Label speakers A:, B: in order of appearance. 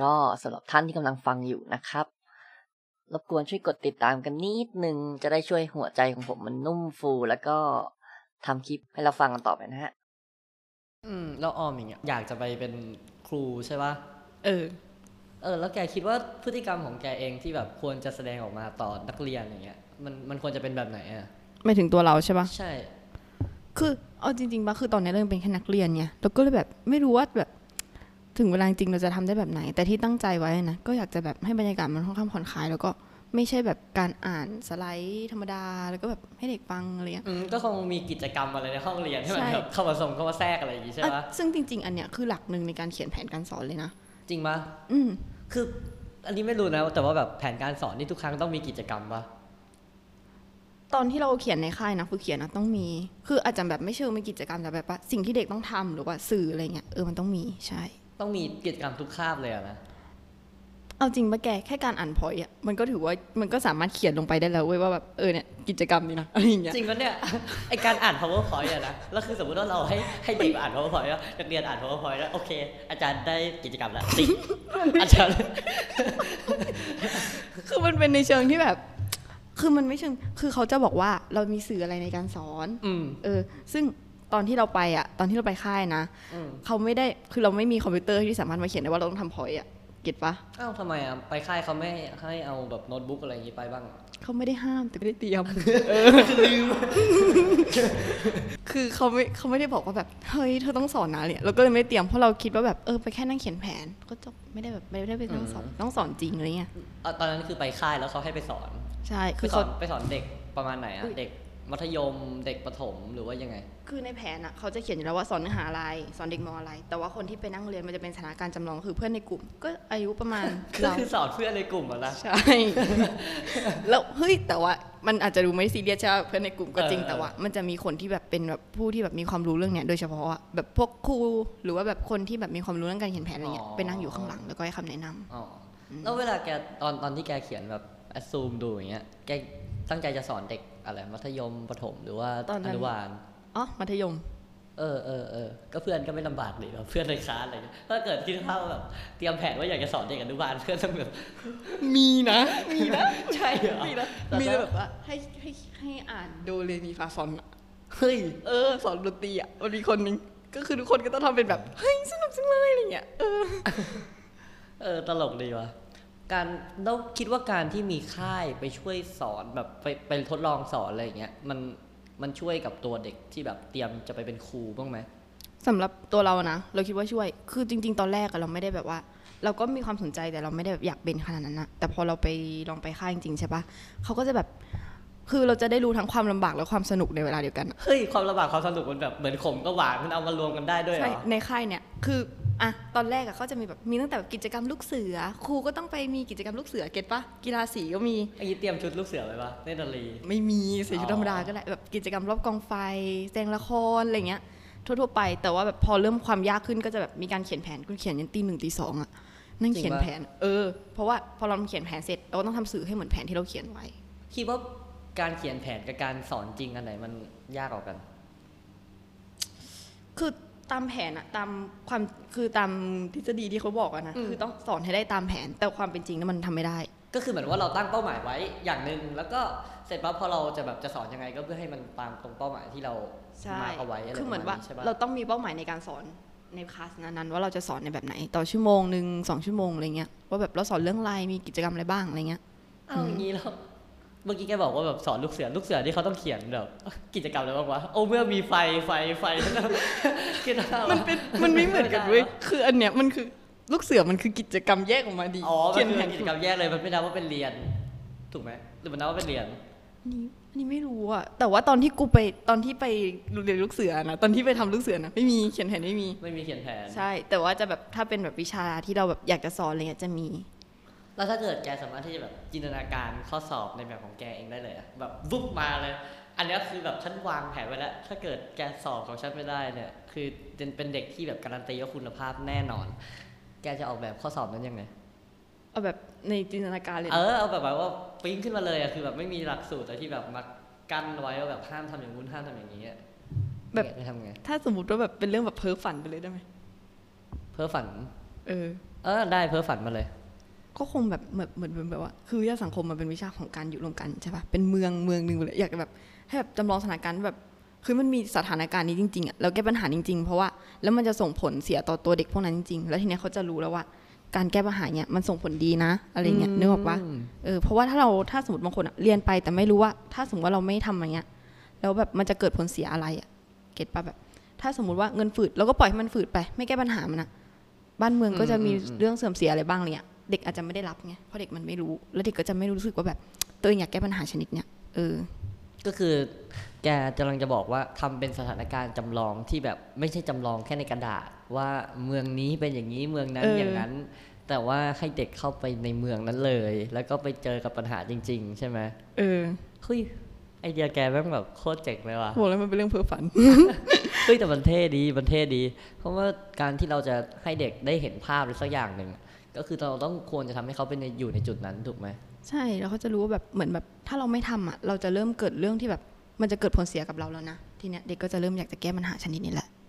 A: ก็สำหรับท่านที่กำลังฟังอยู่นะครับ รบกวนช่วยกดติดตามกันนิดนึง จะได้ช่วยหัวใจของผมมันนุ่มฟูแล้วก็ทำคลิปให้เราฟังกันต่อไปนะฮะ
B: อืมแล้วออมอย่างเงี้ยอยากจะไปเป็นครูใช่ปะ
C: เออ
B: เออ แล้วแกคิดว่าพฤติกรรมของแกเองที่แบบควรจะแสดงออกมาต่อนักเรียนอย่างเงี้ยมันมันควรจะเป็นแบบไหนอ่ะ
C: ไม่ถึงตัวเราใช่ปะ
B: ใช่
C: คือเอาจริงๆปะคือตอนนี้เรายังเป็นแค่นักเรียนไงเราก็เลยแบบไม่รู้ว่าแบบ ถึงเวลาจริงเราจะทำได้แบบไหน แต่ที่ตั้งใจไว้นะก็อยากจะแบบให้บรรยากาศมันค่อนข้างผ่อนคลาย แล้วก็ไม่ใช่แบบการอ่านสไลด์ธรรมดา แล้วก็แบบให้เด็กฟังอะไรเงี้ย
B: อืมก็คงมีกิจกรรมอะไรในห้องเรียนที่มัน
C: ใช่
B: แบบเข้ามาส่งเข้ามาแทรกอะไรอย่างงี้ใช่ปะ
C: อ่ะซึ่งจริง ๆ อันเนี้ยคือหลักหนึ่งในการเขียนแผนการสอนเลยนะ
B: จริงปะ
C: อืม
B: คืออันนี้ไม่รู้นะแต่ว่าแบบแผนการสอนนี่ทุกครั้งต้องมีกิจกรรมปะ
C: ตอนที่เราเขียนในค่ายนะฝึกเขียนนะต้องมี คืออาจจะแบบไม่เชิงเป็นกิจกรรมแต่แบบว่าสิ่งที่เด็กต้องทำหรือว่าสื่ออะไรเงี้ยเออมันต้องมีใช่
B: ต้องมีกิจกรรมทุกคาบเลยอะนะ
C: เอาจริงปะแกแค่การอ่านพอยต์อะมันก็ถือว่ามันก็สามารถเขียนลงไปได้แล้วเว้ยว่าแบบเออเนี่ยกิจกรรมนี้นะ อะไรอย่างเงี้ย
B: จริงปะเนี่ย ไอการอ่าน powerpoint อะนะแล้วคือสมมติว่าเราให้ให้เด็กอ่าน powerpoint แล้วนักเรียนอ่าน powerpoint แล้วโอเค อาจารย์ได้กิจกรร มแล้วติ อาจารย์
C: คือมันเป็นในเชิงที่แบบ คือมันไม่เชิงคือเขาจะบอกว่าเรามีสื่ออะไรในการสอน
B: อืม
C: เออ ซึ่งตอนที่เราไปอะตอนที่เราไปค่ายนะ
B: อืม
C: เขาไม่ได้คือเราไม่มีคอมพิวเตอร์ที่สามารถมาเขียนได้ว่าเราต้องทำพอยต์อะเก็ตปะ
B: อ้าวทำไมอ่ะไปค่ายเขาไม่ให้เอาแบบโน้ตบุ๊กอะไรอย่างงี้ไปบ้างอะ
C: เขาไม่ได้ห้ามแต่ไม่ได้เตรีย ม
B: ลืม
C: คือเขาไม่เขาไม่ได้บอกว่าแบบเฮ้ยเธอต้องสอนนะเนี่ยเราก็เลยไม่ได้เตรียมเพราะเราคิดว่าแบบเออไปแค่นั่งเขียนแผน ก็จบไม่ได้แบบไม่ได้ไปต้องสอนต้องสอนจริงอะไรเงี้ย
B: เอาตอนนั้นคือไปค่ายแล้วเขาให้ไปสอน
C: ใช่
B: คื
C: คืออ
B: สอ
C: เขา
B: นไปสอนเด็กประมาณไหนอะ
C: อุ๊ย
B: เด็กมัธยมเด็กประถมหรือว่ายังไง
C: คือในแผนอ่ะเขาจะเขียนอยู่แล้วว่าสอนเนื้อหาอะไรสอนเด็กมออะไร แต่ว่าคนที่ไปนั่งเรียนมันจะเป็นสถานการณ์จำลองคือเพื่อนในกลุ่ม ก็อายุประมาณ
B: ก็
C: เรา
B: คือสอนเพื่อนในกลุ่มอะนะ
C: ใช่ แล้วเฮ้ยแต่ว่ามันอาจจะดูไม่ซีเรียสใช่ปะเพื่อนในกลุ่มก็จริงแต่ว่า มันจะมีคนที่แบบเป็นแบบผู้ที่แบบมีความรู้เรื่องเนี้ยโดยเฉพาะอะแบบพวกครูหรือว่าแบบคนที่แบบมีความรู้เรื่องการเขียนแผนอะไรเงี้ยไปนั่งอยู่ข้างหลังแล้วก็ให้คำแนะนำ
B: อ๋ออแล้วเวลาแกตอนตอนที่แกเขียนแบบ assume ดูอย่างเงี้ยแกตั้งใจจะสอนเด็กอะไรมัธยมประถมหรือว่า
C: ตอนนั้น
B: อนุบาล
C: อ๋อ มัธยม
B: เออเออเออก็เพื่อนก็ไม่ลำบากเลยแบบเพื่อนในคลาสอะไรเงี้ยถ้าเกิดคิดภาพว่าแบบเตรียมแผนว่าอยากจะสอนเด็กอนุบาลเพื่อนต้องแบบ
C: มีนะ
B: มีนะใช่เหรอ
C: มีนะมีแต่แบบว่าให้ให้ให้อ่านโดเรมีฟาซอนอะ
B: เฮ้ย
C: เออ สอนดนตรีอ่ะ มันมีคนนึง ก็คือทุกคนก็ต้องทำเป็นแบบ เฮ้ย สนุกจังเลยอะไรเงี้ย เออ
B: เออตลกดีว่ะการแล้วคิดว่าการที่มีค่ายไปช่วยสอนแบบไปไปทดลองสอนอะไรอย่างเงี้ยมันมันช่วยกับตัวเด็กที่แบบเตรียมจะไปเป็นครูบ้างไหม
C: สำหรับตัวเรานะ เราคิดว่าช่วย คือจริง ๆ ตอนแรกอะเราไม่ได้แบบว่า เราก็มีความสนใจแต่เราไม่ได้แบบอยากเป็นขนาดนั้นนะแต่พอเราไปลองไปค่ายจริงๆใช่ปะเขาก็จะแบบ คือเราจะได้รู้ทั้งความลำบากและความสนุกในเวลาเดียวกันอะ
B: เฮ้ย ความลำบากความสนุกมันแบบเหมือนขมกับหวานมันเอามารวมกันได้ด้วยเหร
C: ใช่
B: อ
C: ในค่ายเนี่ยคืออ่ะตอนแรกอะเขาจะมีแบบมีตั้งแต่แบบกิจกรรมลูกเสือ ครูก็ต้องไปมีกิจกรรมลูกเสือเก็ตปะกีฬาสีก็มี
B: ไอ้ยี่เตรียมชุดลูกเสือไว้ปะเล่นดนตรี
C: ไม่มีใส่ชุด
B: อ๋อ
C: ธรรมดาก็ได้แบบกิจกรรมรอบกองไฟแสดงละครอะไรเงี้ยทั่วๆไปแต่ว่าแบบพอเริ่มความยากขึ้นก็จะแบบมีการเขียนแผนคุณเขียนยันตีหนึ่งตีสองอะนั่งเขียนแผน เออเพราะว่าพอเราเขียนแผนเสร็จเราก็ต้องทำสื่อให้เหมือนแผนที่เราเขียนไว้
B: คิดว่าการเขียนแผนกับการสอนจริงอันไหนมันยากกว่ากัน
C: คือตามแผนอะตามความคือตามทฤษฎีที่เขาบอกอะนะคือต้องสอนให้ได้ตามแผนแต่ความเป็นจริงนั้นมันทำไม่ได้
B: ก็คือเหมือนว่าเราตั้งเป้าหมายไว้อย่างหนึ่งแล้วก็เสร็จปั๊บพอเราจะแบบจะสอนยังไง ก็เพื่อให้มันตามตรงเป้าหมายที่เรา
C: ใช่
B: มาร์คเอาไว้อะไร
C: คือเหมือน
B: ป
C: ว่า
B: ระณใช่ปะ
C: เราต้องมีเป้าหมายในการสอนในคลาสนั้นๆว่าเราจะสอนในแบบไหน ต่อชั่วโมงหนึ่งสองชั่วโมงอะไรเงี้ยว่าแบบเราสอนเรื่องอะไรมีกิจกรรมอะไรบ้างอะไรเงี้ย
B: เอาอย่างนี้แล้วเมื่อกี้แกบอกว่าแบบสอนลูกเสือลูกเสือที่เขาต้องเขียนแบบกิจกรรมอะไรบ้างวะโอ้เมื่อมีไฟไฟไฟคิดว่ามั
C: มันไม่เหมือนกันเว้ยคืออันเนี้ยมันคือลูกเสือมันคือกิจกรรมแยกออกมาดี
B: อ๋อมัน
C: เขียนแผน
B: คือกิจกรรมแยกเลย มันไม่นับว่าเป็นเรียน ถูกไหมหรือมันนับว่าเป็นเรียน
C: นี่อันนี้ไม่รู้อะแต่ว่าตอนที่กูไปตอนที่ไปเรียนลูกเสือนะตอนที่ไปทำลูกเสือนะไม่มีเขียนแผนไม่มี
B: ไม่มีเขียนแผน
C: ใช่ แต่ว่าจะแบบถ้าเป็นแบบวิชาที่เราแบบอยากจะสอนอะไรเงี้ยจะมี
B: แล้วถ้าเกิดแกสามารถที่จะแบบจินตนาการข้อสอบในแบบของแกเองได้เลยอะแบบวุบมาเลย อันเนี้ยคือแบบฉันวางแผนไว้แล้ว ถ้าเกิดแกสอบของฉันไม่ได้เนี่ย คือเป็นเด็กที่แบบการันตีว่าคุณภาพแน่นอน แกจะออกแบบข้อสอบนั้นยังไง
C: เอาแบบในจินตนาการเลยนะ
B: เออเอาแบบว่าปิ้งขึ้นมาเลยอะคือแบบไม่มีหลักสูตรอะไรที่แบบมากั้นไว้ว่าแบบห้ามทำอย่างนู้นห้ามทำอย่างนี้อะ
C: แบบ
B: แกจะทำไง
C: ถ้าสมมติว่าแบบเป็นเรื่องแบบเพ้อฝันไปเลยได้ไหม
B: เพ้อฝัน
C: เออ
B: เออได้เพ้อฝันมาเลย
C: ก็คงแบบเหมือนเหมือนเหมือนแบบว่า คือวิทยาสังคมมันเป็นวิชาของการอยู่รวมกันใช่ปะเป็นเมืองเมืองหนึ่งเลยอยากจะแบบให้แบบจำลองสถานการณ์แบบ คือมันมีสถานการณ์นี้จริงๆอ่ะแล้วแก้ปัญหาจริงๆ เพราะว่าแล้วมันจะส่งผลเสียต่อตัวเด็กพวกนั้นจริงๆ แล้วทีเนี้ยเขาจะรู้แล้วว่า การแก้ปัญหาเนี่ยมันส่งผลดีนะอะไรเงี้ยนึกออกปะ เออเพราะว่าถ้าเราถ้าสมมติบางคนอะเรียนไปแต่ไม่รู้ว่า ถ้าสมมติว่าเราไม่ทำอย่างเงี้ยแล้วแบบมันจะเกิดผลเสียอะไรอะเก็ตปะแบบ ถ้าสมมติว่าเงินฝืดเราก็ปล่อยให้มันฝืดไป ไม่แก้ปัญหามันอะบ้านเมืองก็จะมี
B: อืมอืม
C: เรื่องเสื่อมเสียอะไรบ้างเลยอะเด็กอาจจะไม่ได้รับไงเพราะเด็กมันไม่รู้ แล้วเด็กก็จะไม่รู้สึกว่าแบบ ตัวเองอยากแก้ปัญหาชนิดเนี้ยเออ
B: ก็คือ แกกำลังจะบอกว่าทำเป็นสถานการณ์จำลองที่แบบไม่ใช่จำลองแค่ในกระดาษ ว่าเมืองนี้เป็นอย่างนี้เมืองนั้นอย่างนั้น แต่ว่าให้เด็กเข้าไปในเมืองนั้นเลย แล้วก็ไปเจอกับปัญหาจริง ๆ ใช่ไหม
C: เออ
B: เฮ้ยไอเดียแกแม่งแบบโคตรเจ๋งเลยว่ะ
C: โหแล้วมันเป็นเรื่องเพ้อฝัน
B: เฮ้ยแต่มันเท่ดีมันเท่ดี เพราะว่าการที่เราจะให้เด็กได้เห็นภาพอะไรสักอย่างหนึ่งก็คือเราต้องควรจะทำให้เขาเป็นในอยู่ในจุดนั้นถูกไหม
C: ใช่แล้วเขาจะรู้ว่าแบบเหมือนแบบถ้าเราไม่ทำอ่ะเราจะเริ่มเกิดเรื่องที่แบบมันจะเกิดผลเสียกับเราแล้วนะทีเนี้ยเด็กก็จะเริ่มอยากจะแก้ปัญหาชนิดนี้แหละ